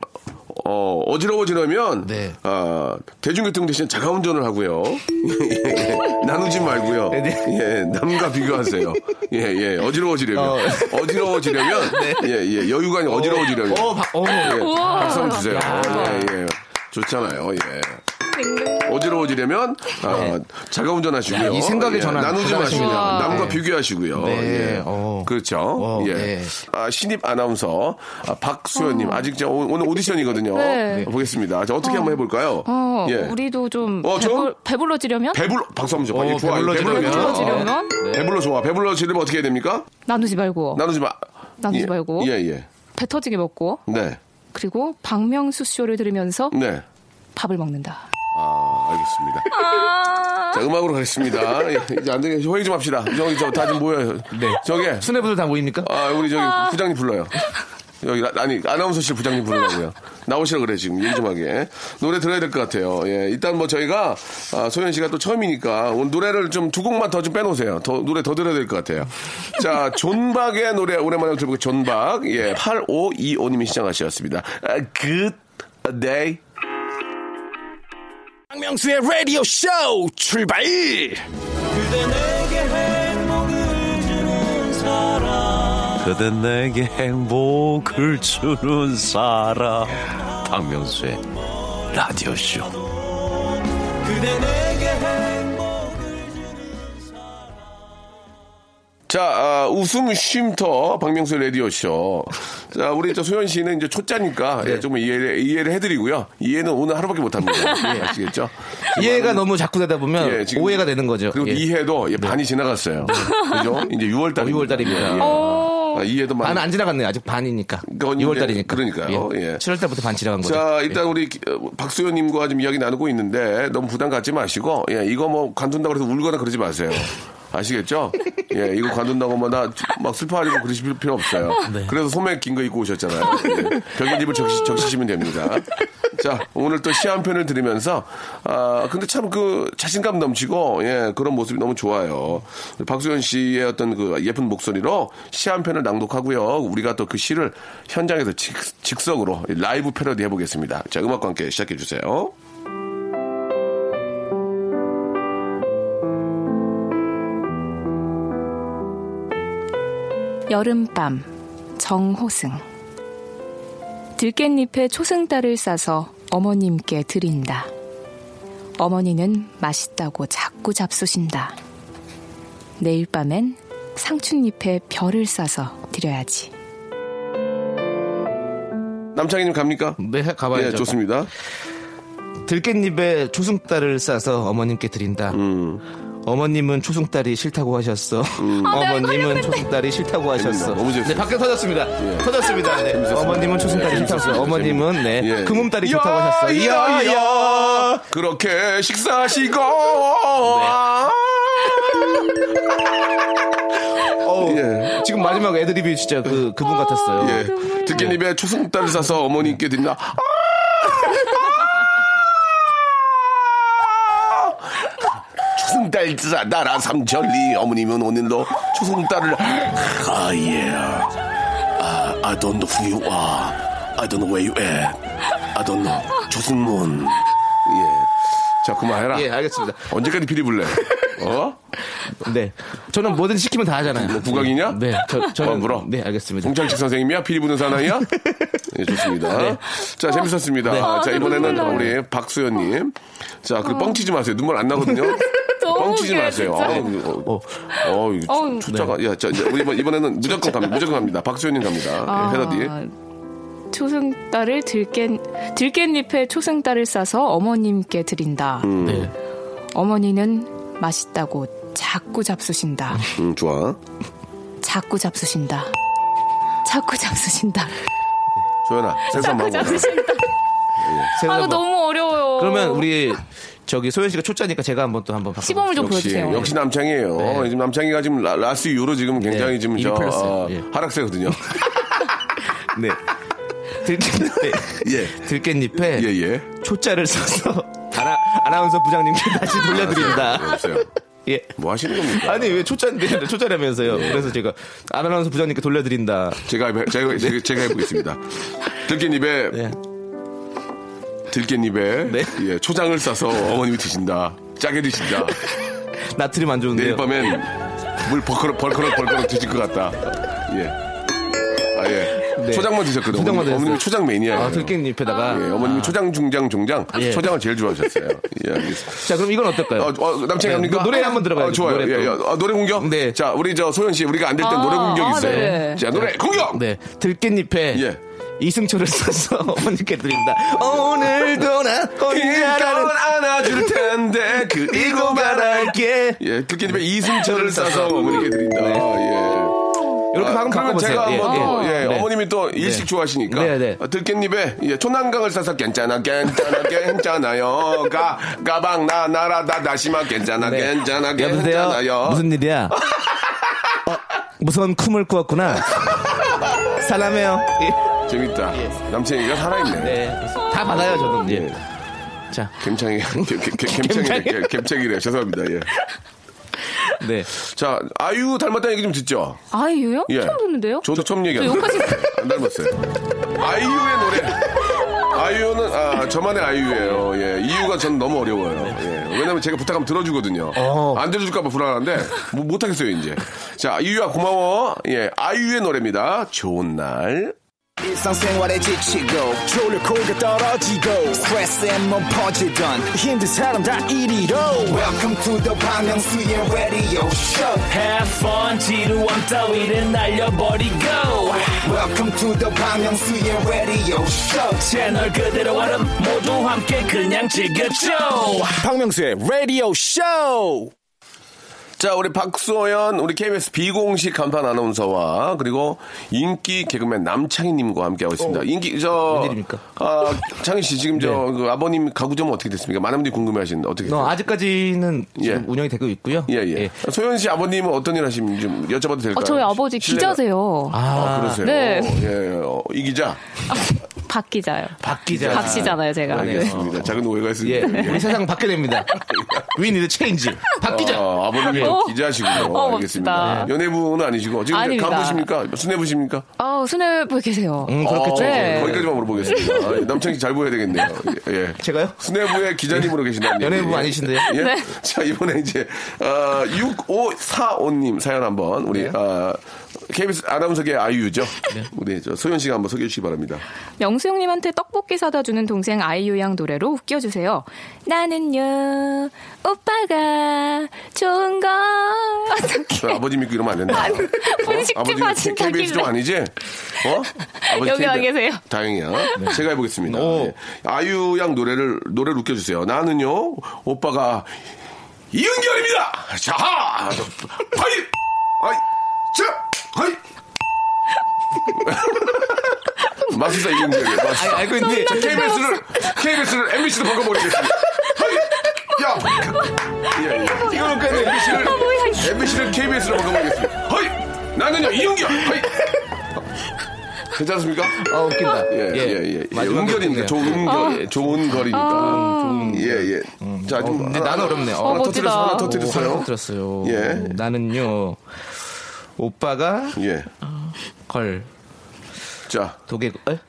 Speaker 2: 어, 어지러워지려면,
Speaker 3: 네.
Speaker 2: 아, 대중교통 대신 자가운전을 하고요. <laughs> 예, 예. 나누지 말고요. 예, 남과 비교하세요. 예, 예, 어지러워지려면.
Speaker 3: 어.
Speaker 2: 어. 지러워지려면 예, 예, 여유가 아니라 어지러워지려면.
Speaker 3: 어, 바- 어.
Speaker 2: 예,
Speaker 4: 우와.
Speaker 2: 박수 한번 주세요. 예, 예. 좋잖아요, 예. 어지러워지려면 아, 자가운전 하시고요.
Speaker 3: 네. 이 생각의
Speaker 2: 예,
Speaker 3: 전환.
Speaker 2: 나누지 마시고요.
Speaker 4: 우와.
Speaker 2: 남과
Speaker 3: 네.
Speaker 2: 비교하시고요.
Speaker 3: 네,
Speaker 2: 예.
Speaker 3: 어.
Speaker 2: 그렇죠.
Speaker 3: 어,
Speaker 2: 예.
Speaker 3: 네.
Speaker 2: 아, 신입 아나운서 아, 박수현님 아직 저 오- 오늘 오디션이거든요.
Speaker 4: 어. 네.
Speaker 2: 보겠습니다. 자, 어떻게 한번 해볼까요?
Speaker 4: 어,
Speaker 2: 예.
Speaker 4: 우리도 좀
Speaker 2: 어, 좀?
Speaker 4: 배불, 배불러지려면
Speaker 2: 배불러 박수 한번 줘.
Speaker 3: 어,
Speaker 2: 예, 좋아. 배불러
Speaker 3: 배불러지려면. 네.
Speaker 2: 배불러
Speaker 4: 배불러지려면
Speaker 2: 배불러 좋아. 배불러 지르면 어떻게 해야 됩니까?
Speaker 4: 나누지 말고
Speaker 2: 어. 나누지 마.
Speaker 4: 나누지
Speaker 2: 예.
Speaker 4: 말고.
Speaker 2: 예, 예.
Speaker 4: 배 터지게 먹고
Speaker 2: 네.
Speaker 4: 그리고 박명수 쇼를 들으면서
Speaker 2: 네.
Speaker 4: 밥을 먹는다.
Speaker 2: 아, 알겠습니다.
Speaker 4: 아.
Speaker 2: 자, 음악으로 가겠습니다. 예, 이제 안 되게 회의 좀 합시다. 저기 저 다 좀 모여요.
Speaker 3: 네.
Speaker 2: 저게
Speaker 3: 수뇌부들 다 모입니까?
Speaker 2: 아, 우리 저기 부장님 불러요. 여기 라- 아니 아나운서실 부장님 부르라고요. 나오시라 그래 지금 얘기 좀 하게 노래 들어야 될 것 같아요. 예, 일단 뭐 저희가 아, 소연 씨가 또 처음이니까 오늘 노래를 좀 두 곡만 더 좀 빼놓으세요. 더 노래 더 들어야 될 것 같아요. 자 존박의 노래 오랜만에 들어보고 존박 예 8525님이 시작하셨습니다. 아, Good day.
Speaker 6: 박명수의 라디오 쇼 출발! 그대 내게 행복을 주는 사람. 박명수의 라디오 쇼.
Speaker 2: 자, 아, 웃음 쉼터 박명수 라디오 쇼. 자, 우리 저 소연 씨는 이제 초짜니까
Speaker 3: 네.
Speaker 2: 예, 좀 이해를, 이해를 해드리고요. 이해는 오늘 하루밖에
Speaker 3: <laughs>
Speaker 2: 못합니다. 예, 아시겠죠?
Speaker 3: 이해가 너무 자꾸 되다 보면
Speaker 2: 예, 지금
Speaker 3: 오해가 되는 거죠.
Speaker 2: 그리고
Speaker 3: 예. 네.
Speaker 2: 이해도 예, 반이 지나갔어요. 그죠? 이제 6월달. 예,
Speaker 3: 6월달입니다.
Speaker 4: 어,
Speaker 2: 아, 이해도 많이.
Speaker 3: 반은 안 지나갔네요. 아직 반이니까.
Speaker 2: 그건 이제
Speaker 3: 2월달이니까.
Speaker 2: 그러니까 그러니까요. 예.
Speaker 3: 7월달부터 반 지나간 거죠. 예.
Speaker 2: 자, 일단 우리 기- 어, 박수현님과 좀 이야기 나누고 있는데 너무 부담 갖지 마시고, 예, 이거 뭐 관둔다고 그래서 울거나 그러지 마세요. 아시겠죠? 예, 이거 관둔다고 뭐나막 슬퍼하려고 그러실 필요 없어요. 그래서 소매 긴 거 입고 오셨잖아요. 예, 별건입을 적시, 적시시면 됩니다. 자, 오늘 또 시 한 편을 들으면서, 아, 근데 참 그 자신감 넘치고, 예, 그런 모습이 너무 좋아요. 박수현 씨의 어떤 그 예쁜 목소리로 시 한 편을 낭독하고요. 우리가 또 그 시를 현장에서 직, 석으로 라이브 패러디 해보겠습니다. 자, 음악과 함께 시작해주세요.
Speaker 4: 여름밤 정호승 들깻잎에 초승달을 싸서 어머님께 드린다. 어머니는 맛있다고 자꾸 잡수신다. 내일 밤엔 상춘잎에 별을 싸서 드려야지.
Speaker 2: 남창희님 갑니까?
Speaker 3: 네, 가봐야죠.
Speaker 2: 예, 좋습니다.
Speaker 3: 들깻잎에 초승달을 싸서 어머님께 드린다.
Speaker 2: 음.
Speaker 3: 어머님은 초승달이 싫다고 하셨어.
Speaker 4: 아,
Speaker 3: 어머님은 초승달이 싫다고 하셨어.
Speaker 2: 너무 음. 재밌어요.
Speaker 3: 네, 밖에 터졌습니다. 터졌습니다. 네. 어머님은 초승달이
Speaker 2: 예,
Speaker 3: 싫다고 하셨어.
Speaker 2: 재밌었어요.
Speaker 3: 어머님은 네.
Speaker 2: 예.
Speaker 3: 금음달이 좋다고 하셨어. 이야, 이야.
Speaker 2: 이야 그렇게 식사하시고
Speaker 3: 네.
Speaker 2: 아.
Speaker 3: 어우,
Speaker 2: 예.
Speaker 3: 지금 마지막 애드립이 진짜 그, 그분 같았어요.
Speaker 2: 예. 들깻잎에 초승달을 싸서 어머니께 드린다. 아! 아! 초승달 싸 나라 삼천리 어머님은 오늘도 초승달을
Speaker 6: 아, 예. 아, I don't know who you are. I don't know where you at. I don't know. 조승문.
Speaker 2: 예. 자 그만해라.
Speaker 3: 예, 알겠습니다.
Speaker 2: 언제까지 피리 불래? 어?
Speaker 3: 네. 저는 뭐든 시키면 다 하잖아요.
Speaker 2: 뭐 국악이냐?
Speaker 3: 네. 저, 저는.
Speaker 2: 어, 물어.
Speaker 3: 네, 알겠습니다.
Speaker 2: 홍창식 선생님이야? 피리 부는 사나이야? 예, 좋습니다. 자, 재밌었습니다. 자, 이번에는 우리 박수현님. 자, 그 뻥치지 마세요. 눈물 안 나거든요.
Speaker 4: 너무
Speaker 2: 뻥치지
Speaker 4: 웃겨요,
Speaker 2: 마세요.
Speaker 4: 진짜.
Speaker 2: 어, 어, 어, 이거
Speaker 4: 어우.
Speaker 2: 뭐 예,
Speaker 4: 아.
Speaker 2: 숫자가. 야, 자, 이제 우리 이번, 이번에는 무조건 갑니다. 무조건 갑니다. 박수현님 갑니다. 예, 패러디.
Speaker 4: 초승달을 들깻 들깻잎에 초승달을 싸서 어머님께 드린다.
Speaker 2: 음.
Speaker 3: 네.
Speaker 4: 어머니는 맛있다고 자꾸 잡수신다.
Speaker 2: 음, 좋아.
Speaker 4: 자꾸 잡수신다. 자꾸 잡수신다.
Speaker 2: 조연아, 생선
Speaker 4: 자꾸
Speaker 2: 먹어.
Speaker 4: 잡수신다. 아, 이거 너무 어려워요.
Speaker 3: 그러면 우리 저기 소연 씨가 초짜니까 제가 한번 또 한번 바꿔볼게요.
Speaker 4: 시범을 좀
Speaker 2: 역시,
Speaker 4: 보여주세요.
Speaker 2: 역시 남창이에요.
Speaker 3: 네.
Speaker 2: 지금 남창이가 지금 라, 라스 유로 지금 굉장히
Speaker 3: 네,
Speaker 2: 지금
Speaker 3: 입이
Speaker 2: 저
Speaker 3: 팔렸어요.
Speaker 2: 어,
Speaker 3: 예.
Speaker 2: 하락세거든요.
Speaker 3: 네. 들깻잎에
Speaker 2: <laughs> 예.
Speaker 3: 들깻잎에
Speaker 2: 예, 예.
Speaker 3: 초짜를 써서 <laughs> 아나, 아나운서 부장님께 다시 <laughs> 돌려드립니다.
Speaker 2: 알았어요.
Speaker 3: 예.
Speaker 2: 뭐 하시는 겁니까?
Speaker 3: 아니 왜 초짜인데 초짜라면서요. 그래서 제가 아나운서 부장님께 돌려드린다.
Speaker 2: 제가 해보- 제가 제가, 제가 해보겠습니다. 들깻잎에
Speaker 3: 네.
Speaker 2: 들깻잎에
Speaker 3: 네.
Speaker 2: 예, 초장을 싸서 어머님이 드신다. 짜게 드신다.
Speaker 3: 나트륨 안
Speaker 2: 내일
Speaker 3: 좋은데요.
Speaker 2: 밤엔 물 벌커럭 벌커럭 벌커럭 드실 것 같다. 예. 아 예.
Speaker 3: 네.
Speaker 2: 초장만 드셨거든요.
Speaker 3: 초장만
Speaker 2: 어머님,
Speaker 3: 드셨어요.
Speaker 2: 어머님이 초장 매니아예요.
Speaker 3: 아, 들깻잎에다가
Speaker 2: 예, 어머님이 초장 중장 종장
Speaker 3: 예.
Speaker 2: 초장을 제일 좋아하셨어요. 예, 알겠습니다.
Speaker 3: 자 그럼 이건 어떨까요?
Speaker 2: 어, 어, 남창이
Speaker 3: 네,
Speaker 2: 합니까?
Speaker 3: 노- 노래 한번 들어봐요.
Speaker 2: 아, 좋아요.
Speaker 3: 노래
Speaker 2: 노래,
Speaker 3: 또.
Speaker 2: 예, 예. 아, 노래 공격?
Speaker 3: 네.
Speaker 2: 자, 우리 저 소연 씨, 우리가 안 될 때
Speaker 4: 아,
Speaker 2: 노래 공격
Speaker 4: 아,
Speaker 2: 있어요.
Speaker 4: 네.
Speaker 2: 자, 노래 공격!
Speaker 3: 네 들깻잎에
Speaker 2: 예.
Speaker 3: 이승철을 써서 <laughs> 어머님께 드린다. 오늘도 나
Speaker 2: 그러니까
Speaker 3: 혼자라는
Speaker 2: 안아줄 텐데
Speaker 3: 이고 말할게.
Speaker 2: 예, 들깻잎에 이승철을 싸서 어머니께 드린다. 예.
Speaker 3: 이렇게 방금
Speaker 2: 그러면
Speaker 3: 바꿔보세요.
Speaker 2: 제가 한번 또, 예,
Speaker 3: 네.
Speaker 2: 어머님이 또 일식
Speaker 3: 네.
Speaker 2: 좋아하시니까
Speaker 3: 네, 네.
Speaker 2: 아, 들깻잎에 예, 초난강을 싸서 괜찮아, 괜찮아, 괜찮아요. 가 가방 나 나라 다 다시마 괜찮아,
Speaker 3: 네.
Speaker 2: 예. 괜찮아,
Speaker 3: 여보세요.
Speaker 2: 괜찮아요.
Speaker 3: 무슨 일이야? 어, 무서운 쿰을
Speaker 2: <laughs>
Speaker 3: 꾸었구나. 사람해요. 예.
Speaker 2: 재밌다. 남친이가 살아있네.
Speaker 3: 네, 다 받아요 저는. 예. 자,
Speaker 2: 겜창이, 겜창이, 겜창이래. 죄송합니다. 예.
Speaker 3: 네.
Speaker 2: 자, 아유 닮았다는 얘기 좀 듣죠.
Speaker 4: 아이유요?
Speaker 2: 예.
Speaker 4: 처음 듣는데요?
Speaker 2: 저도 처음 얘기하는
Speaker 4: 저 욕하지
Speaker 2: 안 닮았어요. 아이유의 노래. 아이유는 아 저만의 아이유예요. 예, 이유가 전 너무 어려워요. 예, 왜냐면 제가 부탁하면 들어주거든요.
Speaker 3: 어.
Speaker 2: 안 들어줄까봐 불안한데 뭐 못하겠어요 이제. 자, 이유야 고마워. 예, 아이유의 노래입니다. 좋은 날.
Speaker 7: 일상생활에 지치고, 졸려 코가 떨어지고, 스트레스에 몸 퍼지던, 힘든 사람 다 이리로. welcome to the Bang Myung-soo's radio show
Speaker 8: Have fun 지루함 따위를 날려버리고
Speaker 7: welcome to the Bang Myung-soo's radio show
Speaker 8: 채널 그대로 얼음 모두 함께 그냥 즐겨줘
Speaker 7: 박명수의 radio show
Speaker 2: 자, 우리 박소연, 우리 KBS 비공식 간판 아나운서와 그리고 인기 개그맨 남창희님과 함께하고 있습니다. 인기 저
Speaker 3: 어, 웬일입니까? 네.
Speaker 2: 아, 창희 씨 지금 저그 아버님 가구점은 어떻게 됐습니까? 많은 분들이 궁금해하시는데 어떻게?
Speaker 3: 어,
Speaker 2: 됐어요?
Speaker 3: 아직까지는 지금
Speaker 2: 예.
Speaker 3: 운영이 되고 있고요.
Speaker 2: 예, 예. 소연 씨 아버님은 어떤 일 하시는지 좀 여쭤봐도 될까요?
Speaker 4: 어, 저희 아버지
Speaker 2: 실례가-
Speaker 4: 기자세요.
Speaker 2: 아, 그러세요.
Speaker 4: 네.
Speaker 2: 예, 어, 이 기자.
Speaker 4: 박 기자요.
Speaker 3: 박 기자.
Speaker 4: 박 씨잖아요, 제가.
Speaker 2: 알겠습니다. 작은 오해가
Speaker 3: 네. 예.
Speaker 2: 있습니다.
Speaker 3: 우리 세상 바뀌게 됩니다. We need a change. 박 기자.
Speaker 2: 아, 버님이
Speaker 4: 어.
Speaker 2: 기자시군요.
Speaker 4: 어,
Speaker 2: 알겠습니다.
Speaker 4: 멋지다.
Speaker 2: 연예부는 아니시고 지금
Speaker 4: 아닙니다.
Speaker 2: 간부십니까? 수뇌부십니까?
Speaker 4: 아, 수뇌부 계세요.
Speaker 3: 음, 그렇겠죠.
Speaker 2: 어,
Speaker 4: 네.
Speaker 2: 거기까지만 물어보겠습니다. 아, 남창희 잘 보여야 되겠네요. 예.
Speaker 3: 제가요?
Speaker 2: 수뇌부의 기자님으로 계신다는 얘기.
Speaker 3: 연예부 아니신데요?
Speaker 2: 예? 자, 이번에 이제, 어, 6545님 사연 한번, 우리, 아, KBS 아나운서계 아이유죠? 우리 저 소연 씨가 한번 소개해 주시기 바랍니다.
Speaker 4: 영수형님한테 떡볶이 사다 주는 동생 아이유 양 노래로 웃겨주세요. 나는요, 오빠가 좋은 걸.
Speaker 2: 저
Speaker 4: 어떻게.
Speaker 2: 아버지 믿고 이러면 안 된다.
Speaker 4: 분식집
Speaker 2: 아버지
Speaker 4: 아침
Speaker 2: KBS 좀
Speaker 4: 가길래.
Speaker 2: 아니지? 어? 아버지
Speaker 4: 여기 와
Speaker 2: KBS.
Speaker 4: 계세요.
Speaker 2: 다행이야. 제가 해보겠습니다.
Speaker 3: 오.
Speaker 2: 예. 아이유 양 노래를, 노래를 웃겨주세요. 나는요, 오빠가 이은결입니다! 자하! 하이! 하이! 자! 하이! <laughs> 마술사 이은결이에요. 마술사.
Speaker 3: 아, 알고 있는데
Speaker 2: 저 KBS를, KBS를 MBC로 바꿔버리겠습니다. 하이! 야! 예, 예.
Speaker 4: 아,
Speaker 3: 이거는 그냥
Speaker 2: MBC를, MBC를 KBS로 바꿔보겠습니다. 허이! 나는요, 이은결! 허이! 괜찮습니까?
Speaker 3: 아, 웃긴다.
Speaker 2: 예, 예, 예. 예.
Speaker 3: 마지막에
Speaker 2: 음결이니까,
Speaker 3: 웃기네요.
Speaker 2: 좋은 결,
Speaker 4: 아.
Speaker 2: 예, 좋은 거리니까. 예, 예. 자, 좀.
Speaker 3: 음. 근데 나는 어렵네요.
Speaker 2: 하나
Speaker 4: 어,
Speaker 2: 터뜨렸어, 하나
Speaker 4: 멋지다.
Speaker 2: 터뜨렸어요.
Speaker 3: 들었어요.
Speaker 2: 예.
Speaker 3: 나는요. 오빠가
Speaker 2: 예.
Speaker 3: 걸
Speaker 2: 자,
Speaker 3: 도개 에?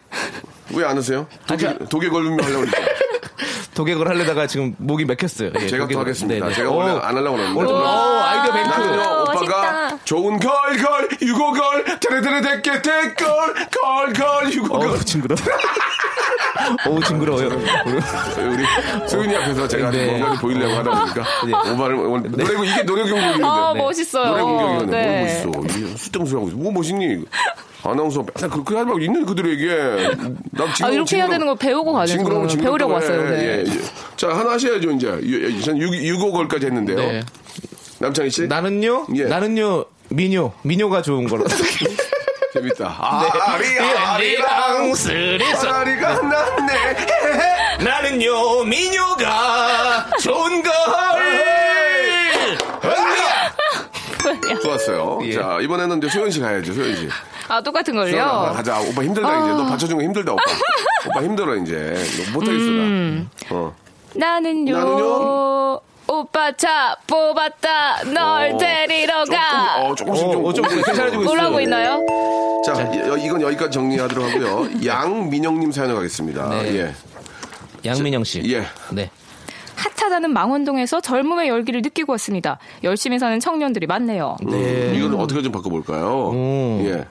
Speaker 2: 왜 안 하세요? 독일,
Speaker 3: 아, 자.
Speaker 2: 독일 걸면 하려고 그랬죠.
Speaker 3: 도객을 하려다가 지금 목이 맥혔어요. 예,
Speaker 2: 제가 또
Speaker 3: 도객을-
Speaker 2: 하겠습니다.
Speaker 3: 네네. 어,
Speaker 2: 제가 원래
Speaker 3: 오,
Speaker 2: 안 하려고
Speaker 3: 오늘 좀- 오,
Speaker 2: 그랬는데.
Speaker 3: 아이디어
Speaker 2: 나는요,
Speaker 3: 뱅크.
Speaker 2: 오빠가
Speaker 4: 멋있다.
Speaker 2: 좋은 걸, 걸, 유고걸, 데레데레, 데깨, 데걸, 걸, 걸, 유고걸.
Speaker 3: 어우, 징그러워. <laughs> 어우, 징그러워요.
Speaker 2: 우리 소윤이 앞에서 제가
Speaker 3: 네.
Speaker 2: 뭔가를 보이려고 하다 보니까 어, 오바를 뭐, 오늘 노래고 이게 노래 경쟁인데
Speaker 4: 아,
Speaker 2: 노래
Speaker 4: 멋있어요.
Speaker 2: 공격이거든
Speaker 4: 네.
Speaker 2: 뭐 멋있어 수정수 하고 있어 뭐 멋있니 아나운서 맨날 그, 그 하지 말고 있는 그대로 얘기해. 나 지금
Speaker 4: 아, 이렇게 해야 되는 거 배우고 가는
Speaker 2: 징그러면
Speaker 4: 거예요. 배우려고 왔어요, 오늘.
Speaker 2: 예, 예. 자, 하나 하셔야죠, 이제. 유- 예, 전 6, 6억월까지 했는데요.
Speaker 3: 네.
Speaker 2: 남창희 씨?
Speaker 3: 나는요?
Speaker 2: 예.
Speaker 3: 나는요, 미녀. 미녀가
Speaker 2: <laughs>
Speaker 3: 좋은 걸로.
Speaker 2: 재밌다. 아, 리 아리랑,
Speaker 3: 쓰리서.
Speaker 2: 아리가 났네.
Speaker 3: 나는요, 미녀가 좋은 걸.
Speaker 4: 예.
Speaker 2: 좋았어요. 자, 이번에는 이제 소연 씨 가야죠, 소연 씨.
Speaker 4: 아, 똑같은
Speaker 2: 소연아, 엄마
Speaker 4: 걸요?
Speaker 2: 가자. 오빠 힘들다, 이제.
Speaker 3: 어.
Speaker 2: 너 받쳐준 거 힘들다, 오빠. 오빠 힘들어, 이제. 너 못하겠어,
Speaker 3: 음.
Speaker 2: 나. 어.
Speaker 4: 나는요.
Speaker 2: 나는요?
Speaker 4: 오빠 차 뽑았다. 널
Speaker 2: 어,
Speaker 4: 데리러
Speaker 2: 조금, 네.
Speaker 4: 가.
Speaker 2: 어, 조금씩 좀.
Speaker 3: 어, 좀 괜찮아지고 있어요.
Speaker 4: 뭐라고 있나요?
Speaker 2: 자, 여- 이건 여기까지 정리하도록
Speaker 3: <laughs>
Speaker 2: 하고요. 양민영님 사연을 가겠습니다.
Speaker 3: 네. 양민영 씨.
Speaker 2: 예. 예.
Speaker 3: 네.
Speaker 4: 핫하다는 망원동에서 젊음의 열기를 느끼고 왔습니다. 열심히 사는 청년들이 많네요.
Speaker 2: 음, 이건 어떻게 좀 바꿔볼까요? 예.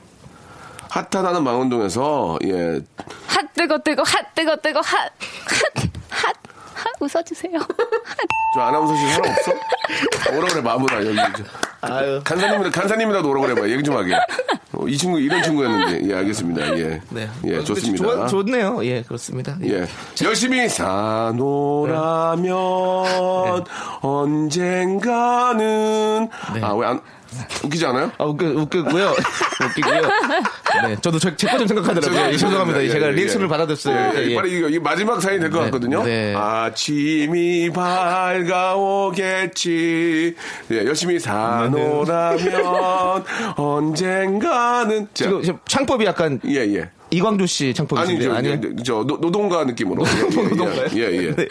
Speaker 2: 핫하다는 망원동에서, 예.
Speaker 4: 핫 뜨거 뜨거 핫 뜨거 뜨거 핫 핫 핫 웃어주세요.
Speaker 2: 저 아나운서 씨 사람
Speaker 3: <laughs>
Speaker 2: 없어? 오라 그래, 마무라, 여기.
Speaker 3: 아유.
Speaker 2: 간사님이라, 간사님이라도 오라 그래, 봐. 얘기 좀 하게. 어, 이 친구, 이런 친구였는데. 예, 알겠습니다. 예.
Speaker 3: 네.
Speaker 2: 예, 좋습니다.
Speaker 3: 좋, 좋네요. 네. 예, 그렇습니다.
Speaker 2: 예. 열심히 사노라면
Speaker 3: 네.
Speaker 2: 언젠가는 아 왜 안 웃기지 않아요?
Speaker 3: 아, 웃겨, 웃기고요.
Speaker 2: <laughs>
Speaker 3: 웃기고요. 네. 저도 제, 제 거 좀 생각하더라고요. 예, 죄송합니다.
Speaker 2: 예,
Speaker 3: 제가
Speaker 2: 예,
Speaker 3: 리액션을
Speaker 2: 예.
Speaker 3: 받아줬어요.
Speaker 2: 예, 예. 빨리 이거, 이 마지막 사연이 될 것
Speaker 3: 네,
Speaker 2: 같거든요.
Speaker 3: 네.
Speaker 2: 아침이 밝아오겠지. 예, 열심히 사노라면 언젠가는 자,
Speaker 3: 네. 지금 지금 창법이 약간
Speaker 2: 예, 예.
Speaker 3: 이광조 씨
Speaker 2: 아니,
Speaker 3: 창법이신데
Speaker 2: 저,
Speaker 3: 아니에요?
Speaker 2: 저, 저 노, 노동가 느낌으로. 예, 예,
Speaker 3: <laughs> 노동가요?
Speaker 2: 예, 예.
Speaker 3: 네.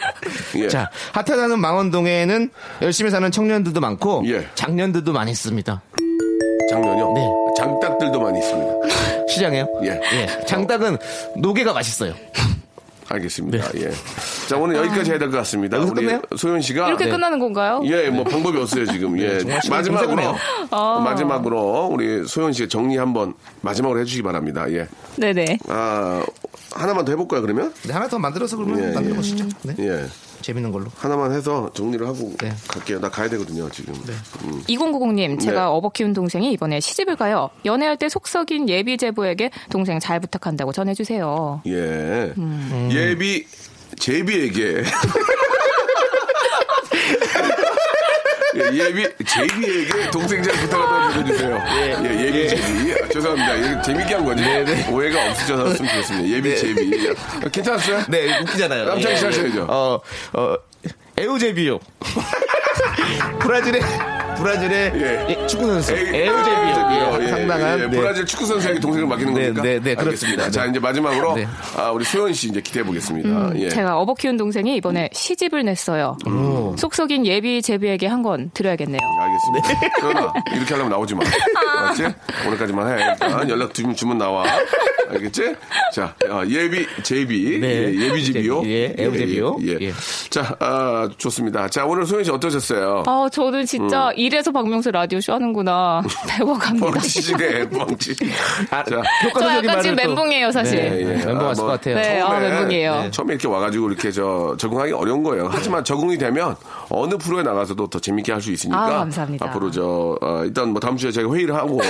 Speaker 2: 예.
Speaker 3: 자, 핫하다는 망원동에는 열심히 사는 청년들도 많고
Speaker 2: 예.
Speaker 3: 장년들도 많이 있습니다.
Speaker 2: 장면요.
Speaker 3: 네.
Speaker 2: 장딱들도 많이 있습니다.
Speaker 3: 시장에요?
Speaker 2: 예.
Speaker 3: 장닭은 노게가 맛있어요.
Speaker 2: 알겠습니다. 예. 자, 오늘 여기까지 해야 될 것 같습니다.
Speaker 3: 네. 여기서
Speaker 2: 우리
Speaker 3: 끝내요? 네,
Speaker 2: 소연 씨가 네.
Speaker 4: 이렇게 끝나는 건가요?
Speaker 2: 아, 예, 뭐 방법이 없어요, 지금. 예.
Speaker 3: 정말 시간이
Speaker 2: 마지막으로
Speaker 3: 굉장하네요. 아.
Speaker 2: 마지막으로 우리 소연 씨 정리 한번 마지막으로 해 주시기 바랍니다. 예.
Speaker 4: 네네.
Speaker 2: 아, 하나만 더 해볼까요, 그러면?
Speaker 3: 네, 하나 더 만들어서
Speaker 2: 예,
Speaker 3: 그러면 만들어 보시죠. 네.
Speaker 2: 예.
Speaker 3: 재밌는 걸로.
Speaker 2: 하나만 해서 정리를 하고
Speaker 3: 네.
Speaker 2: 갈게요. 나 가야 되거든요, 지금. 음.
Speaker 4: 2090님, 제가
Speaker 2: 네.
Speaker 4: 어버 키운 동생이 이번에 시집을 가요. 연애할 때 속 썩인 예비 제부에게 동생 잘 부탁한다고 전해주세요.
Speaker 2: 예. 예비, 제비에게. <laughs> 예, 예비, 제비에게 동생 잘 부탁하다고 전해주세요. 예, 예비, 제비. 아, 죄송합니다. 이거 재밌게 한 거지. 오해가 없으셨으면 좋겠습니다. 예비, 제비. 아, 괜찮았어요?
Speaker 3: 네, 웃기잖아요.
Speaker 2: 남창희 씨
Speaker 3: 예, 예.
Speaker 2: 하셔야죠.
Speaker 3: 어, 어,
Speaker 2: <laughs>
Speaker 3: 에우제비오. 브라질의, 브라질의
Speaker 2: 예.
Speaker 3: 예, 축구 선수.
Speaker 2: 에이,
Speaker 3: 에우제비오.
Speaker 2: 예, 예,
Speaker 3: 상당한.
Speaker 2: 예, 예.
Speaker 3: 네.
Speaker 2: 브라질 축구 선수에게 동생을 맡기는
Speaker 3: 네,
Speaker 2: 겁니까?
Speaker 3: 네, 네,
Speaker 2: 알겠습니다.
Speaker 3: 그렇습니다.
Speaker 2: 자
Speaker 3: 네.
Speaker 2: 이제 마지막으로
Speaker 3: 네.
Speaker 2: 아, 우리 소연 씨 이제 기대해 보겠습니다. 예.
Speaker 4: 제가 어버 키운 동생이 이번에 시집을 냈어요.
Speaker 2: 음.
Speaker 4: 속 썩인 예비 제비에게 한 건 드려야겠네요.
Speaker 2: 알겠습니다. 소연아 이렇게 하려면 나오지 마. 알았지? 오늘까지만 해. 일단 연락 주면 주문 나와. 알겠지? 자 어, 예비 제비
Speaker 3: 네.
Speaker 2: 예, 예비 제비요.
Speaker 3: 예, 에우제비요.
Speaker 2: 예, 예.
Speaker 3: 예.
Speaker 2: 자 아, 좋습니다. 자 오늘 소연 씨 어떠셨어요?
Speaker 4: 아, 저는
Speaker 2: 음.
Speaker 4: 진짜 이래서 박명수 라디오 쇼
Speaker 2: <laughs>
Speaker 4: 하는구나. 배워갑니다.
Speaker 2: 뻥치시네 뻥치.
Speaker 3: 아,
Speaker 2: 자.
Speaker 4: <laughs> 저
Speaker 3: 효과적인
Speaker 4: 약간
Speaker 3: 말을
Speaker 4: 지금
Speaker 3: 또-
Speaker 4: 멘붕이에요, 사실.
Speaker 3: 네, 예. 멘붕
Speaker 2: 아,
Speaker 3: 왔을
Speaker 2: 뭐
Speaker 3: 것 같아요.
Speaker 4: 네, 아,
Speaker 2: 처음에,
Speaker 4: 멘붕이에요.
Speaker 2: 네, 처음에 이렇게 와가지고 이렇게 저 적응하기 어려운 거예요. 하지만 적응이 되면 어느 프로에 나가서도 더 재밌게 할 수 있으니까.
Speaker 4: 아, 감사합니다.
Speaker 2: 앞으로 저 어, 일단 뭐 다음 주에 제가 회의를
Speaker 4: <laughs>
Speaker 2: 하고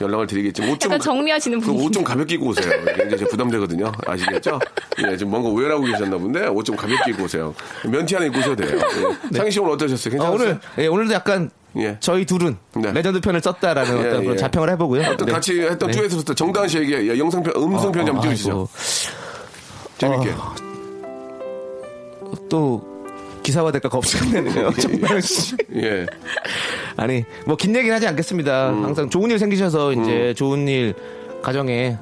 Speaker 2: 연락을 드리겠지만 옷좀
Speaker 4: 약간 정리하시는 분이
Speaker 2: 옷좀 가볍게 입고 그 오세요. 굉장히 부담되거든요. 아시겠죠? 예, 지금 뭔가 오해하고 계셨나 본데 옷 좀 가볍게 입고 오세요. 면티 하나 입고 오셔도 돼요. 예. 상희 씨 오늘 어떠셨어요?
Speaker 3: 어,
Speaker 2: 괜찮았어요?
Speaker 3: 오늘, 예, 오늘도 약간
Speaker 2: 예.
Speaker 3: 저희 둘은
Speaker 2: 네.
Speaker 3: 레전드 편을 썼다라는
Speaker 2: 예,
Speaker 3: 어떤 그런
Speaker 2: 예.
Speaker 3: 자평을 해보고요.
Speaker 2: 어떤
Speaker 3: 네.
Speaker 2: 같이 했던
Speaker 3: 네.
Speaker 2: 듀엣에서 정다은 씨에게 예, 영상편, 음성편지 한번
Speaker 3: 아이고. 아.
Speaker 2: 띄우시죠. 재밌게.
Speaker 3: 또 기사화 될까
Speaker 2: <laughs>
Speaker 3: 겁심내네요. 정말 씨.
Speaker 2: 예.
Speaker 3: 아니 뭐 긴 얘기는 하지 않겠습니다.
Speaker 2: 음.
Speaker 3: 항상 좋은 일 생기셔서 이제 좋은 일 가정에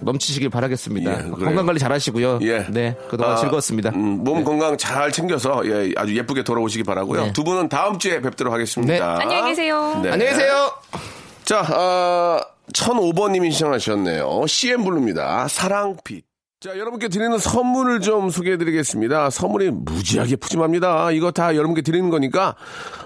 Speaker 3: 넘치시길 바라겠습니다.
Speaker 2: 음. 예, 그래요.
Speaker 3: 건강 관리 잘하시고요.
Speaker 2: 예.
Speaker 3: 네 그동안
Speaker 2: 아,
Speaker 3: 즐거웠습니다.
Speaker 2: 음, 몸 건강 잘 챙겨서 예, 아주 예쁘게 돌아오시기 바라고요.
Speaker 3: 네.
Speaker 2: 두 분은 다음 주에 뵙도록 하겠습니다.
Speaker 3: 네.
Speaker 4: 안녕히 계세요.
Speaker 2: 네.
Speaker 3: 안녕히 계세요.
Speaker 2: 자, 아, 1005번님이 신청하셨네요. CM 블루입니다. 사랑빛. 자, 여러분께 드리는 선물을 좀 소개해 드리겠습니다. 선물이 무지하게 푸짐합니다. 이거 다 여러분께 드리는 거니까,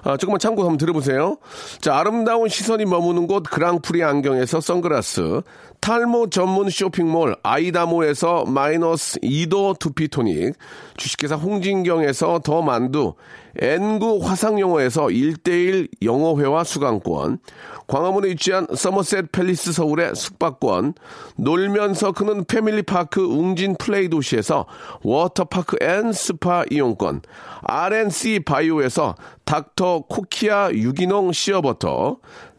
Speaker 2: 아, 조금만 참고 한번 들어보세요. 자, 아름다운 시선이 머무는 곳 그랑프리 안경에서 선글라스, 탈모 전문 쇼핑몰 아이다모에서 마이너스 2도 두피토닉, 주식회사 홍진경에서 더 만두, N구 화상영어에서 1대1 영어회화 수강권, 광화문에 위치한 서머셋 팰리스 서울의 숙박권, 놀면서 크는 패밀리파크 웅진 플레이 도시에서 워터파크 앤 스파 이용권, RNC 바이오에서 닥터 코키아 유기농 시어버터,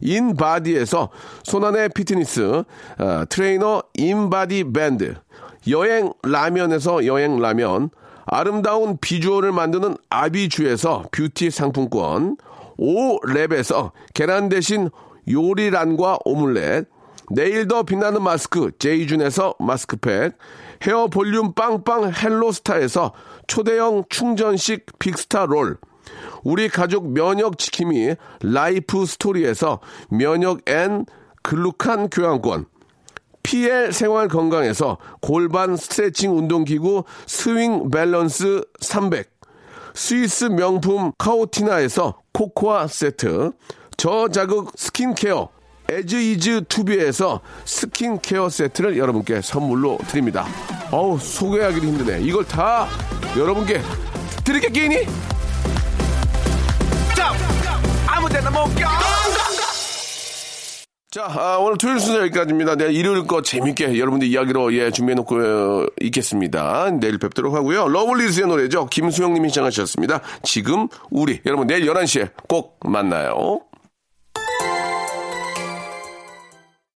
Speaker 2: 인바디에서 손안의 피트니스, 아, 트레이너 인바디 밴드, 여행 라면에서 여행 라면, 아름다운 비주얼을 만드는 아비주에서 뷰티 상품권, 오랩에서 계란 대신 요리란과 오믈렛, 내일 더 빛나는 마스크 제이준에서 마스크팩 헤어 볼륨 빵빵 헬로스타에서 초대형 충전식 빅스타 롤 우리 가족 면역 지킴이 라이프 스토리에서 면역 앤 글루칸 교환권 PL 생활 건강에서 골반 스트레칭 운동기구 스윙 밸런스 300 스위스 명품 카오티나에서 코코아 세트, 저자극 스킨케어, 에즈이즈 투비에서 스킨케어 세트를 여러분께 선물로 드립니다. 어우, 소개하기도 힘드네. 이걸 다 여러분께 드릴게 끼니? 자, 아, 오늘 토요일 순서 여기까지입니다. 내일 일요일 거 재밌게 여러분들 이야기로 예, 준비해놓고 어, 있겠습니다. 내일 뵙도록 하고요. 러블리즈의 노래죠. 김수영님이 시청하셨습니다. 지금 우리. 여러분 내일 11시에 꼭 만나요.